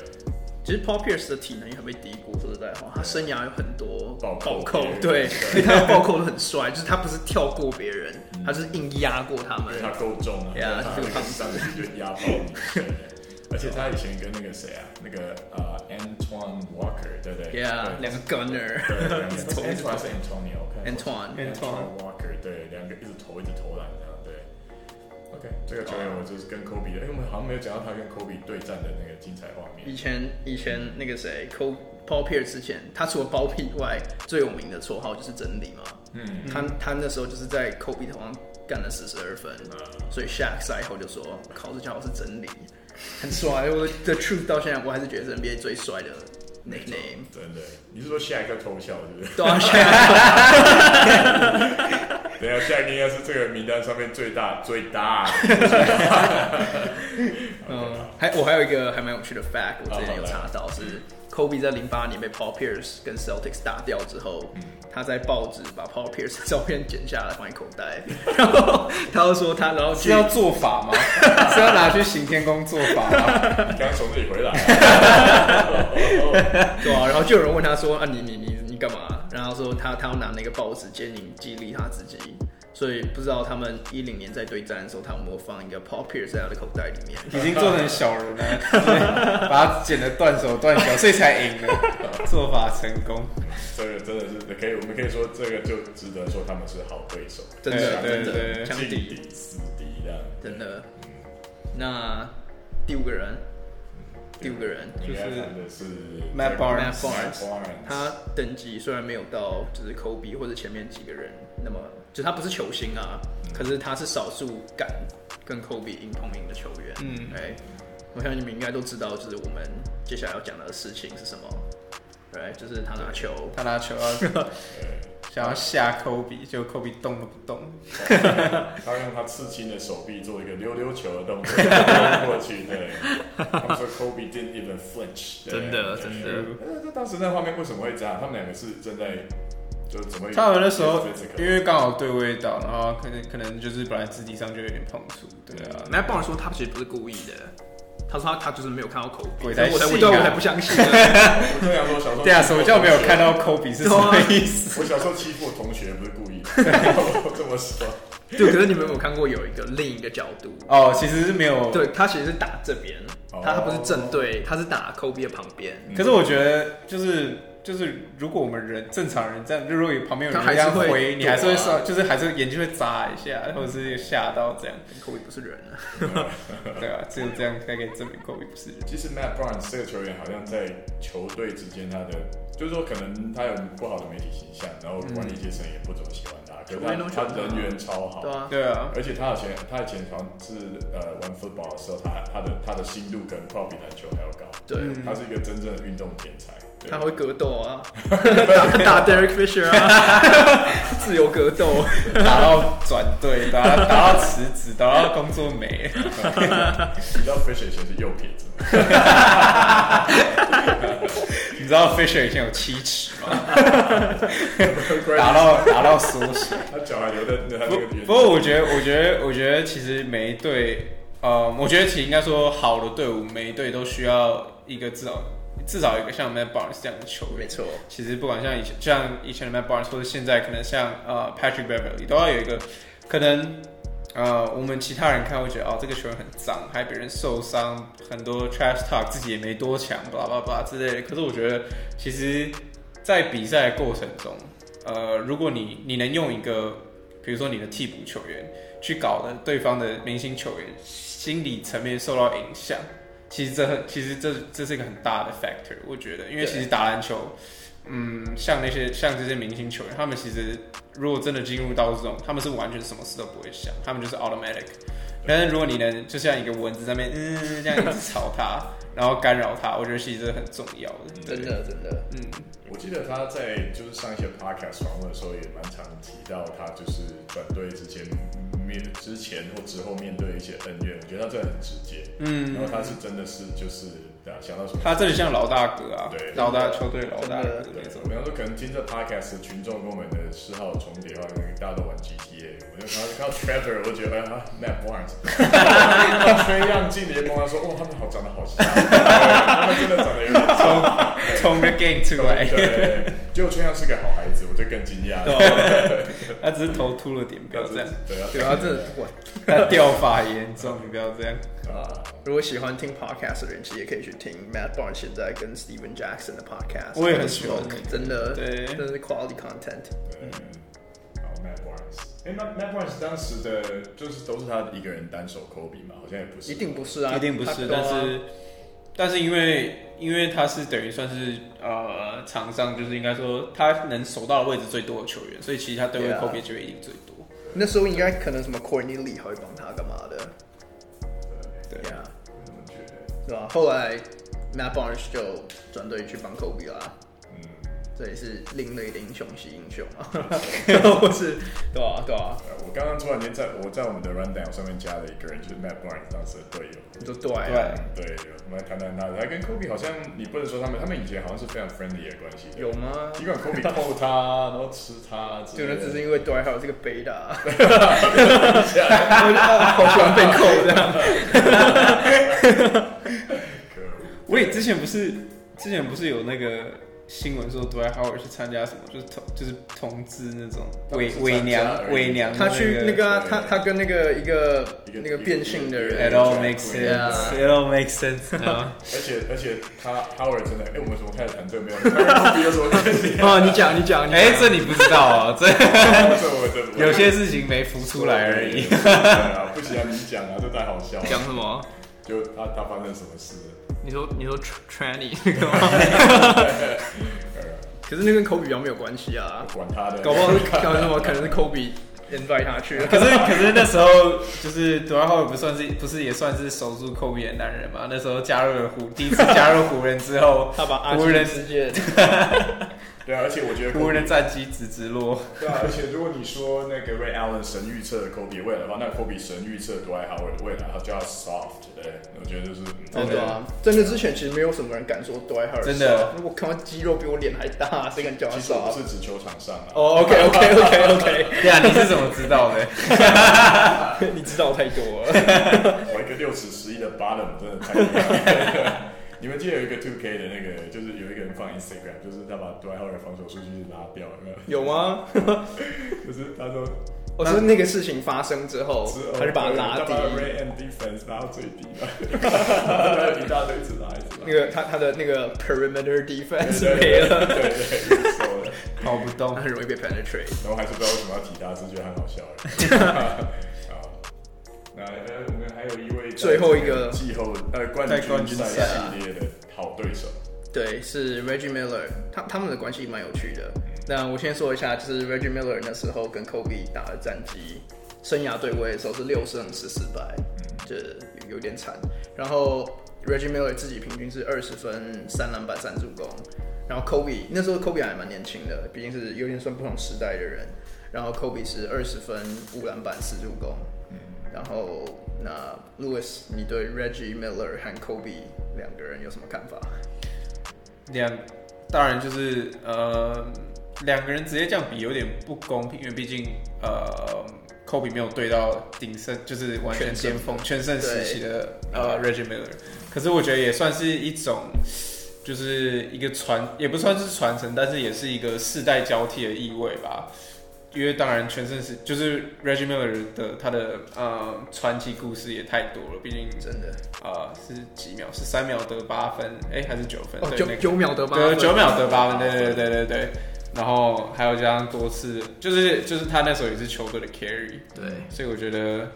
A: 其实 Paul Pierce 的体能也很被低估，说实在话，他生涯有很多
B: 暴扣
A: 暴扣
B: 别人，
A: 对，
B: 对
A: 所以 他暴扣的很帅，就是他不是跳过别人，
C: 嗯
A: 他就是硬压过他们
B: 因为。他够重啊，
A: Yeah，
B: 他
A: 这个
B: 那个
A: 胖
B: 上去就压爆 你。对而且他以前跟那个谁啊，那个呃 Antoine Walker，对不对
A: Yeah，
B: 对
A: 两个 gunner，
B: 对，两个
A: 一直投一直
B: Antoine 是 Antonio，我看
A: Antoine，
B: Antoine Walker，对，两个一直投一直投篮这样，对。OK，这个球员我就是跟 Kobe 哎的，因为我们好像没有讲到他跟 Kobe 对战的那个精彩画面
A: 以。前以前那个谁 Kobe Paul Pierce 之前，他除了包庇外，最有名的绰号就是真理嘛。
B: 嗯，
A: 他他那时候就是在 Kobe 头上干了四十二分，所以 Shaq 赛后就说：“靠，这家伙是真理，很帅。”我的 The Truth 到现在我还是觉得是 NBA 最帅的 nickname。
B: 真的，你是说下一个偷笑是不是？
A: 对啊，Shaq
B: 对啊，下一个应该是这个名单上面最大最大的。
A: 嗯，还我还有一个还蛮有趣的 fact，我
C: 哦
A: 之前有查到是 Kobe 在零八年被 Paul Pierce 跟 Celtics 打掉之后，
C: 嗯
A: 他在报纸把 Paul Pierce 的照片剪下来放在口袋，然后他又说他，然后
C: 是
A: 去
C: 要做法吗？是要拿去行天宫做法吗？
B: 你刚从这里回来、 哦
A: 对啊，然后就有人问他说啊，你你你你干嘛？然后他说他他要拿那个报纸煎影激励他自己，所以不知道他们一零年在对战的时候，他有没有放一个 Paul Pierce 在他的口袋里面？
C: 已经做成小人了，就是把它剪得断手断脚，所以才赢了，做法成功。
B: 这个真的是可以，我们可以说这个就值得说他们是好对手，
A: 真的
C: 对
A: 真
C: 对
A: 的
C: 对
A: 强
B: 劲
A: 敌，
B: 敌死敌这样。
A: 真的。那第五个人，第五个
C: 嗯
A: 人，
B: 应该谈的是
C: Matt
A: Matt
C: Barnes
A: Barnes
B: Barnes
A: 他等级虽然没有到就是 Kobe 或者前面几个人那么，就他不是球星啊，可是他是少数敢跟 Kobe 硬碰硬的球员。
C: 嗯
A: 哎，我相信你们应该都知道，就是我们接下来要讲的事情是什么。对，就是他拿球，
C: 他拿球要想要吓科比，结果科比动都不动。
B: 他用他刺青的手臂做一个溜溜球的 动作溜过去，对。他们说 Kobe didn't even flinch，对
A: 真的
B: 对
A: 真的
B: 呃那当时那画面为什么会这样？他们两个是正在就怎么会？
C: 他们那时候
B: physical？
C: 因为刚好对位到，然后可能可能就是本来肢体上就有点碰触，对啊。
A: Matt b a r n 说他其实不是故意的，他说他他就是没有看到口鼻，
C: 鬼
A: 我
C: 才
A: 才我
C: 信
A: 对
C: 啊
A: 我才不 相信呢。
B: 我就想说，小时候
C: 对啊，什么叫没有看到科比是什
A: 啊
C: 么意思？
B: 我小时候欺负我同学，不是故 意的，我这么说。
A: 对，可是你们有没有看过有一个另一个角度？
C: 哦，其实是没有。
A: 对他其实是打这边，
B: 哦
A: 他他不是嗯正对，他是打 Kobe 的旁边。
C: 可是我觉得就是就是，如果我们人正常人这样，就如果有旁边有人
A: 他还
C: 这
A: 是
C: 样
A: 会
C: 挥，你还是
A: 躲
C: 会
A: 啊
C: 稍，就是还是眼睛会眨一下，或者是吓到这样。
A: Kobe 不是人啊，
C: 对啊，只有这样才可以证明科比不是人。
B: 其实 Matt Barnes 这个球员好像在球队之间，他的就是说可能他有不好的媒体形象，然后管理阶层也不怎么喜欢他，
A: 球
B: 可
A: 员都
B: 是
A: 喜
B: 他
A: 欢
B: 他
A: 他
B: 人缘超好
A: 对。啊，
C: 对啊，
B: 而且他以前，他以前好像是呃玩 football 的时候，他他的他的心度可能要比篮球还要高。
A: 对，啊
C: 嗯
B: 他是一个真正的运动天才。对
A: 他会格斗 啊，打打 Derek Fisher 啊，自由格斗。
C: 打到转队，打到打到辞职，打到工作没了。
B: 你知道 Fisher 以前是右撇子吗？
C: 你知道 Fisher 以前有七尺吗？打到打到缩水。
B: 他脚还留在那他那
C: 不
B: 个原
C: 不过我觉得，我觉得，我觉得其实每一队，呃，我觉得其实应该说好的队伍，每一队都需要一个至少至少一个像 Matt Barnes 这样的球员。
A: 错，
C: 其实不管像以前像以前的 Matt Barnes，或者现在可能像呃 Patrick Beverly，都要有一个可能呃我们其他人看会觉得哦这个球员很脏，害别人受伤，很多 trash talk，自己也没多强，巴拉巴拉之类的。可是我觉得其实，在比赛的过程中，呃，如果你你能用一个比如说你的替补球员去搞得对方的明星球员心理层面受到影响。其实这很，其实这这是一个很大的 factor，我觉得，因为
A: 对
C: 其实打篮球，嗯，像那些像这些明星球员，他们其实如果真的进入到这种，他们是完全什么事都不会想，他们就是 automatic。但是如果你能就像一个蚊子在那边嗯这样一直吵他，然后干扰他，我觉得其实这很重要的。
A: 真的真的。
C: 嗯，
B: 我记得他在就是上一些 podcast 访问的时候，也蛮常提到他就是转队之前面之前或之后面对一些恩怨，我觉得他真的很直接。
C: 嗯
B: 然后他是真的是就是对啊，想到什么
C: 他这里像老大哥啊
B: 对，
C: 老大球队老大哥
A: 真
C: 那
B: 对
C: 种，。
B: 我想说，可能听这 podcast 的群众跟我们的嗜好重叠的话，可能大家都玩 GTA。我就看到看到 Trevor，我觉得啊，Matt Barnes，崔样进联盟，他说哇，他们好长得好像，他们真的长得有点像。
C: 从从 The Game 出来，
B: 对，结果崔样是个好孩子，我就更惊讶了。
C: 他只是头秃了点，不要
B: 是
C: 这样，
B: 对啊，
A: 对啊，这哇
C: 他掉发严重，你不要这样。
A: 啊！如果喜欢听 podcast 的人，其实也可以去听 Matt Barnes 现在跟 Steven Jackson 的 podcast。
C: 我也很喜欢那个
A: 真的，
C: 对
A: 真的是 quality content。
B: 嗯，好，Matt Barnes，哎，Matt Matt Barnes 当时的就是都是他一个人单手抠笔嘛，好像也不是，
A: 一定不是啊，
C: 一定不是，
A: 他
C: 但
A: 对啊
C: 是但是因为因为他是等于算是呃场上就是应该说他能守到的位置最多的球员，所以其实他对位
A: Yeah
C: 扣别就一定最多。
A: 那时候应该可能什么 Courtney Lee 还会帮他干嘛的，
C: 对
A: 对啊，
B: 我怎么觉得？
A: 对吧、后来 Matt Barnes 就转队去帮 Kobe 啦，
B: 嗯，
A: 这也是另类的英雄惜英雄啊，或是对啊对啊，
B: 呃我刚刚突然间在我在我们的 rundown 上面加了一个人，就是 Matt Barnes 当时的队友。
A: 你说对啊
C: 对
B: 对，我们来谈谈他。他跟 Kobe 好像，你不能说他们，他们以前好像是非常 friendly 的关系。
A: 有吗？
B: 尽管 Kobe 扣他，然后吃他之
A: 对，
B: 类
A: 那
B: 的，
A: 只是因为对，还有这个 beta，
B: 下
A: 好喜欢被扣的。
B: 可恶
C: 我也之前不是之前不是有那个新闻说 d w i g h 去参加什么就是同就是同志那种
B: 他不是
C: 伪
B: 参加而
C: 伪娘
B: 已
C: 伪娘 的
A: 他去那
C: 个。
A: 个啊、他他跟那个一个
B: 一个
A: 那个变性的
B: 一
A: 人
C: It
B: 个，
C: all makes sense.
A: Yeah
C: It all makes sense. now.
B: 而且而且他 Howard 真的，哎、我们怎么开始谈这个没有？Kobe 有什么关系？
A: 哦，你讲你讲，你讲
C: 哎，这你不知道 啊，这
B: 这我真的不
C: 有些事情没浮出来而已。
B: 对啊，不行啊，你讲啊，这太好笑
A: 讲
B: 了。
A: 什么？
B: 就他他发生什么事？
A: 你说你说 tranny 那个吗？可是那跟 Kobe 比较没有关系啊，
B: 管他的，
A: 搞不好是搞什么，可能是 Kobe invite 他去。
C: 可是可是那时候就是杜兰特不算是不是也算是守住扣比的男人嘛？那时候加入了湖，第一次加入湖人之后，
A: 他把阿
C: 湖
A: 基
C: 人
A: 里斯 界
B: 对啊，而且我觉得 Kobe-
C: 湖人的战绩直直落。
B: 对啊，而且如果你说那个 Ray Allen 神预测 Kobe 未来的话，那 Kobe 神预测 d w i g h Howard 未来他就要 soft，对，我觉得就是嗯
A: 真的啊，真的之前其实没有什么人敢说 d w i g h Howard
C: 真的
A: 瘦，我看到肌肉比我脸还大，谁敢叫他
B: 其实
A: 瘦
B: 我
A: 啊
B: 不？是指球场上啊，
A: 哦，OK OK OK OK，
C: 对啊，你是怎么知道的？
A: 你知道太多了。
B: 我一个六尺十一的 bottom 真的太厉害了。 你们记得有一个 Two K 的那个，就是有一个人放 Instagram，就是他把 Dwight Howard 防守数据拉掉，有 没有？
A: 有吗？
B: 就是他说
A: 我哦是那个事情发生之后
B: 之后，，
A: 哦他就把它拉低
B: 他。把 Ray and Defense 拉到最低嘛， 他就一大堆一直拉，一直拉
A: 那。个他他的那个 perimeter
B: 对
A: defense
B: 对
A: 没
B: 对
A: 了，
B: 对对，对收了。
C: 跑不动
A: 他。很容易被 penetrate。
B: 然后还是不知道为什么要提他，只是觉得很好笑而 已。好，那呃，我们还有一位在
A: 最后一个
B: 季后呃冠
C: 在冠
B: 军
C: 军
B: 赛
C: 赛
A: 啊
B: 系列的好对手，
A: 对，是 Reggie Miller，他他们的关系蛮有趣的。那我先说一下，就是 Reggie Miller 那时候跟 Kobe 打的战绩，生涯对位的时候是六胜十四败，这有点惨。然后 Reggie Miller 自己平均是二十分、三篮板、三助攻。然后 Kobe 那时候 Kobe 还蛮年轻的，毕竟是有点算不同时代的人。然后 Kobe 是二十分、五篮板、四助攻。然后那 Louis，你对 Reggie Miller 和 Kobe 两个人有什么看法？
C: 两，当然就是呃，两个人直接这样比有点不公平，因为毕竟呃科比没有对到鼎盛，就是完全巅峰全盛时期的呃 Reggie Miller，可是我觉得也算是一种。就是一个传，也不算是传承，但是也是一个世代交替的意味吧。因为当然全盛时就是 Reggie Miller 的他的呃传奇故事也太多了，毕竟
A: 真的
C: 呃是几秒，是三秒得八分，哎、还是九分？
A: 哦，
C: 对
A: 九
C: 那个
A: 九秒得八
C: 得
A: 分，
C: 九秒得八分，对对对对对。然后还有加上多次，就是就是他那时候也是球队的 carry，
A: 对
C: 所以我觉得，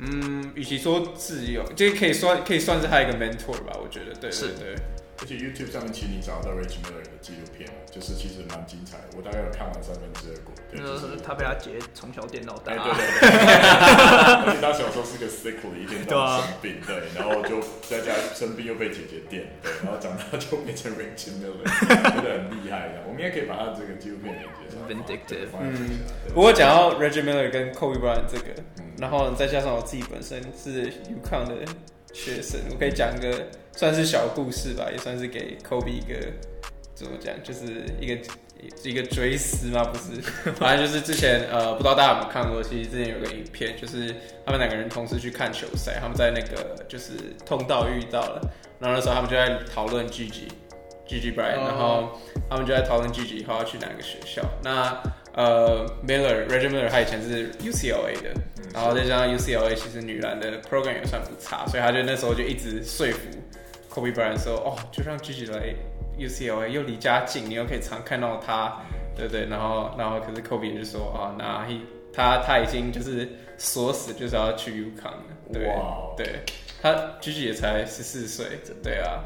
C: 嗯，与其说自由，这可以算可以算是他一个 mentor 吧，我觉得，对
A: 是
C: 对对，
B: 而且 YouTube 上面其实你找到 Rich Miller 的纪录片，啊就是其实蛮精彩的，我大概有看完三分之二过。
A: 嗯
B: 对，就是
A: 他被他姐从小电 到大
B: 哎，对对对，而且他小时候是个 sickly，一天到晚生病，对，然后就在家生病又被姐姐电，对，然后长大就变成 Rich Miller，真的很厉害的。我们也可以把他这个纪录片连接上
A: Vindictive
B: 放在底下对
C: 不过讲到 Reggie Miller 跟 Kobe Bryant 这个，然后再加上我自己本身是 UConn 的学生，我可以讲一个算是小故事吧，也算是给 Kobe 一个怎么讲，就是一个一个追思嘛，不是， 反正就是之前呃，不知道大家有没有看过，其实之前有个影片，就是他们两个人同时去看球赛，他们在那个就是通道遇到了，然后那时候他们就在讨论 Gigi。Gigi Bryant，、
A: 哦
C: 然后他们就在讨论 Gigi 以后要去哪个学校。那呃，Miller Reggie Miller 他以前是 UCLA 的，
B: 嗯
C: 然后再加上 UCLA 其实女篮的 program 也算不差，所以他就那时候就一直说服 Kobe Bryant 说，哦，就让 Gigi 来 UCLA，又离家近，你又可以常看到他，对不对？然后然后可是 Kobe 也就说，啊、那 he 他他已经就是锁死，就是要去 UConn 了，对
B: 哇哦
C: 对，他 Gigi 也才十四岁，对啊。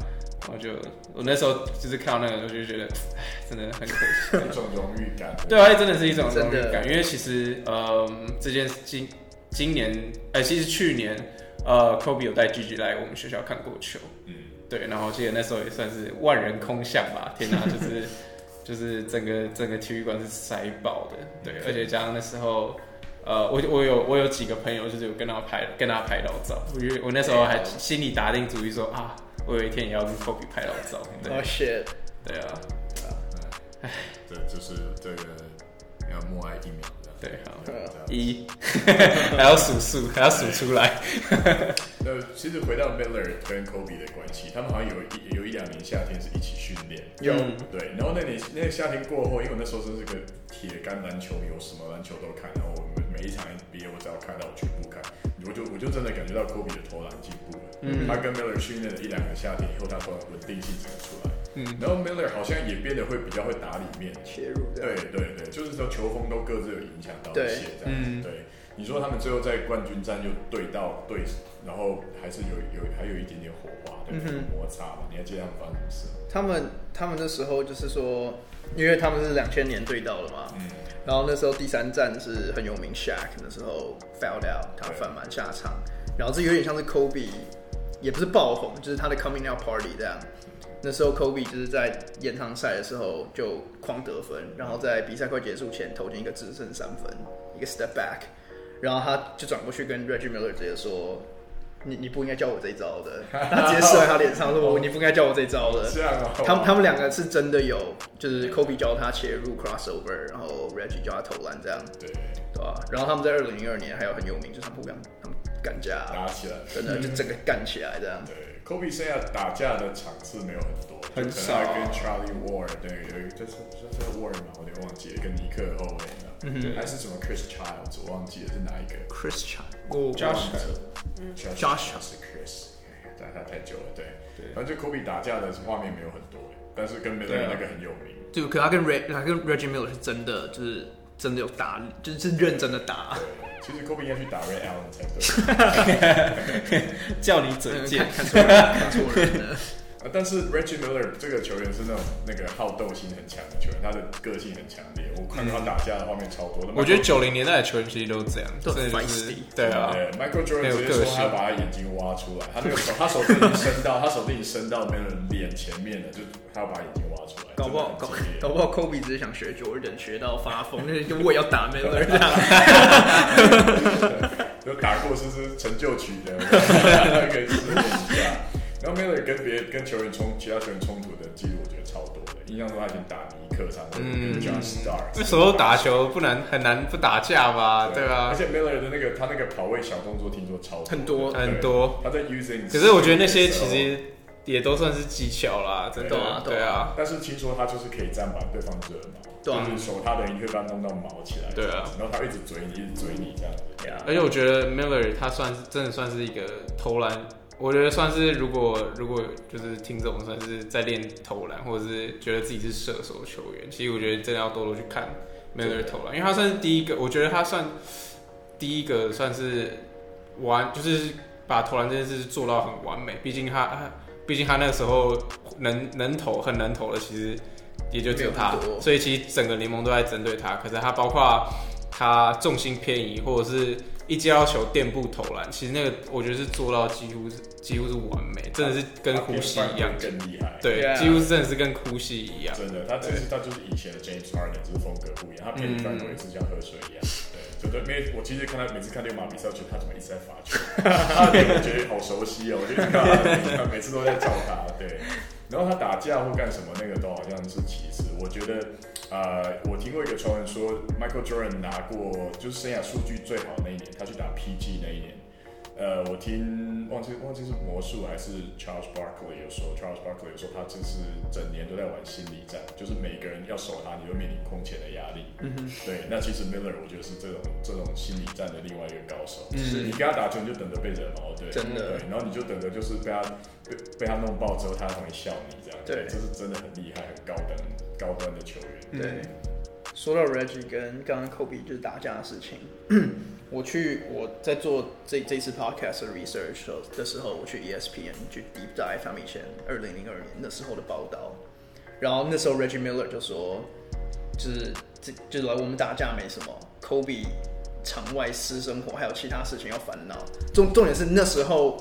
C: 然后就我那时候就是看到那个，我就觉得，唉，真的很可惜。
B: 一种荣誉感。
C: 对啊，真的是一种荣
A: 真
C: 誉
A: 的
C: 感，因为其实，嗯，这件今今年，呃，其实去年，呃，Kobe 有带 Gigi 来我们学校看过球，
B: 嗯，
C: 对，然后记得那时候也算是万人空巷 吧，天哪，就是就是整个整个体育馆是塞爆的，对，而且加上那时候。呃，我我有我有几个朋友，就是有跟他拍跟他拍到照，我以为我那时候还心里打定主意说啊，我有一天也要跟 Kobe 拍到照，对、
A: Oh shit！
C: 对啊，
B: 这就是这个要默哀一秒的。
C: 对好
B: 这样子
C: 一 还要数数，还要数出来，
B: 那其实回到 Miller 跟 Kobe 的关系，他们好像有一有一两年夏天是一起训练。
A: 哦有
C: 嗯
B: 对，然后那年那个夏天过后，因为我那时候真是个铁杆篮球迷，我什么篮球都看，然后我每一场 NBA 我只要看到我全部看，我就我就真的感觉到 Kobe 的投篮进步了。嗯，他跟 Miller 训练了一两个夏天以后，他投篮稳定性整个出来。嗯，然后 Miller 好像也变得会比较会打里面，
A: 切入这
B: 对
A: 样，
B: 对对，就是说球风都各自有影响到一
A: 对
B: 些这样子。对，你说他们最后在冠军战又对到对，然后还是有有还有一点点火花，对，有摩擦嘛？你还记得他们发生什么事？
A: 他们他们那时候就是说，因为他们是两千年对到了嘛，然后那时候第三站是很有名 Shaq，那时候 foul out，他
B: 对
A: 犯满下场，然后这有点像是 Kobe，也不是爆红，就是他的 coming out party 这样。那时候 Kobe 就是在延长赛的时候就狂得分，然后在比赛快结束前投进一个制胜三分，一个 step back，然后他就转过去跟 Reggie Miller 直接说。你你不应该教我这一招的，他直接射在他脸上说：“你不应该教我这一招的。”
B: 这样啊，
A: 他们他们两个是真的有，就是 Kobe 教他切入 crossover，然后 Reggie 教他投篮这样，
B: 对，
A: 对吧、然后他们在二零零二年还有很有名，就是他们互相他们干架，
B: 打起来。
A: 真的就整个干起来这样。
B: 对，Kobe 现在打架的场次没有很多，就
C: 很
B: 可能
C: 少
B: 他跟 Charlie Ward 对，有一个是是叫 Ward 嘛，我有点忘记了，跟尼克后卫
C: 嗯
B: 呢，对还是什么 Chris Childs，我忘记了是哪一个。
A: Christian，我
C: Josh
B: 嗯
A: Josh
B: 是 Chris，但他太久了，对，
C: 对
B: 反正就 Kobe 打架的画面没有很多，但是跟 m e l
C: 对
B: o
C: 啊
B: 那个很有名。
A: 就可他跟 Reg 他跟 Reggie Miller 是真的就是真的有打，就是是认真的打，
B: 对，其实 Kobe 应该去打 Ray Allen 才对，
D: 叫你
A: 嗯
D: 嘴
A: 看
D: 贱。
A: 看错人了，看错人了。
B: 啊，但是 Reggie Miller 这个球员是那种那个好斗心很强的球员，他的个性很强烈，我看到他打架的画面超多的。
C: 嗯我觉得九零年代的球员其实都这样，
A: 都很
C: 真的就是
A: feisty
C: 对啊，
B: 对，Michael Jordan
C: 很有
B: 直接说
C: 个性
B: 他把他眼睛挖出来，他那个手，他手都已经伸到，他手都已经伸到那个脸前面了，就他要把眼睛挖出 来，
A: 搞不好搞
B: 真的很激烈
A: 搞不好 Kobe 只是想学 Jordan 学到发疯，就是就我也要 打 Miller 这样。
B: 有打过是是成就曲的，那个是练一下。然后 Miller 跟别跟球员冲，其他球员冲突的记录我觉得超多的，印象中他以前打尼克场，嗯，John Star，
C: 那时候打球不难很难不打架吧，对啊吧
A: 啊
B: 而？且 Miller 的那个他那个跑位小动作听说超
A: 很多
B: 对
C: 很多
B: 他在 using，
C: 可是我觉得那些
B: 的时
C: 其
B: 候
C: 实也都算是技巧啦，真的
A: 对啊，
C: 对啊，
B: 但是听说他就是可以站把对方惹毛，
A: 对啊
B: 就是手他的一会把他弄到毛起来，
C: 对啊
B: 然后他一直嘴你，一直嘴你这样子，
A: 对啊
C: 而且我觉得 Miller 他算是真的算是一个投篮，我觉得算是如果如果就是听众算是在练投篮，或者是觉得自己是射手球员，其实我觉得真的要多多去看 Miller 投篮，因为他算是第一个，我觉得他算第一个算是完，就是把投篮这件事做到很完美。毕竟他他，毕竟他那时候能能投很能投的，其实也就只有他
A: 没有很多，
C: 所以其实整个联盟都在针对他。可是他包括他重心偏移，或者是一接到球垫步投篮，其实那个我觉得是做到几乎是几乎是完美，真的是跟呼吸一样
B: 啊他，变犯规更厉害，
C: 对啊
A: Yeah
C: 几乎是真的是跟呼吸一样。
B: 真的，他就是他就是以前的 James Harden，就是风格不一样，他偏犯规也是像喝水一样，
C: 嗯
B: 对，就对，每我其实看他每次看六马比赛，我觉得他怎么一直在罚球，他的脸我觉得好熟悉哦，我就看到他的脸他每次都在叫他，对，然后他打架或干什么那个都好像是其次，我觉得。呃，我听过一个传闻说，Michael Jordan 拿过就是生涯数据最好那一年，他去打 PG 那一年。呃，我听忘记忘记是魔术还是 Charles Barkley 有说，Charles Barkley 有说他就是整年都在玩心理战，就是每个人要守他，你会面临空前的压力。嗯哼，对。那其实 Miller 我觉得是这种这种心理战的另外一个高手，就是你跟他打球你就等着被惹毛，对，
A: 嗯真的
B: 对，然后你就等着就是被他被被他弄爆之后，他才会笑你这样。
A: 对
B: 这是真的很厉害、很高端、高端的球员。
C: 嗯
A: 对，说到 Reggie 跟刚刚 Kobe 就是打架的事情，我去我在做这这次 podcast 的 research 的时候的时候，我去 E ESPN 去 deep dive 他们以前二零零二年那时候的报道，然后那时候 Reggie Miller 就说，就是这就是来我们打架没什么，Kobe 场外私生活还有其他事情要烦恼，重重点是那时候。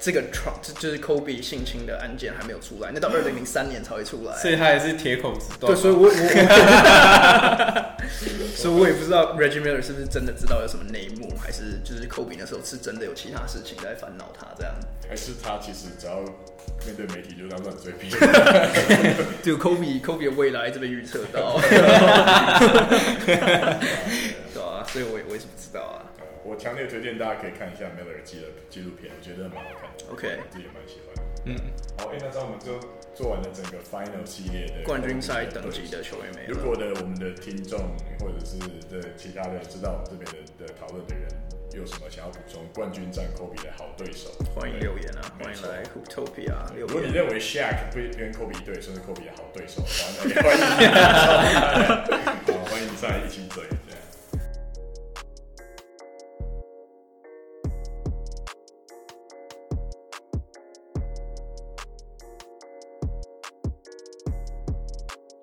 A: 这个 t r u 就是 Kobe 性侵的案件还没有出来，那到二零零三年才会出来。
C: 所以他也是铁口直断
A: 对，
C: 嘛。
A: 所以我 我我所以我也不知道 Reggie Miller 是不是真的知道有什么内幕，还是就是 Kobe 那时候是真的有其他事情在烦恼他这样。
B: 还是他其实只要面对媒体就当乱呃嘴 皮，
A: 就 Kobe Kobe 的未来这边预测 到，对啊，所以我也我也是不知道啊。
B: 呃我强烈推荐大家可以看一下 Miller 记的纪录片，我觉得蛮好看的。
A: OK
B: 我自己也蛮喜欢。嗯，好，诶那这样我们就做完了整个 Final 系列的
A: 冠军赛等级的球员没
B: 如
A: 了，
B: 果呢，我们的听众或者是的其他的知道我们这边的的讨论的人，有什么想要补充冠军战科比的好对手，
A: 欢迎
B: 对
A: 留言啊，欢迎来 Hooptopia 啊
B: 对
A: 留
B: 如果你
A: 言。
B: 认为 Shaq 不跟科比对，甚至科比的好对手，欢迎欢迎欢迎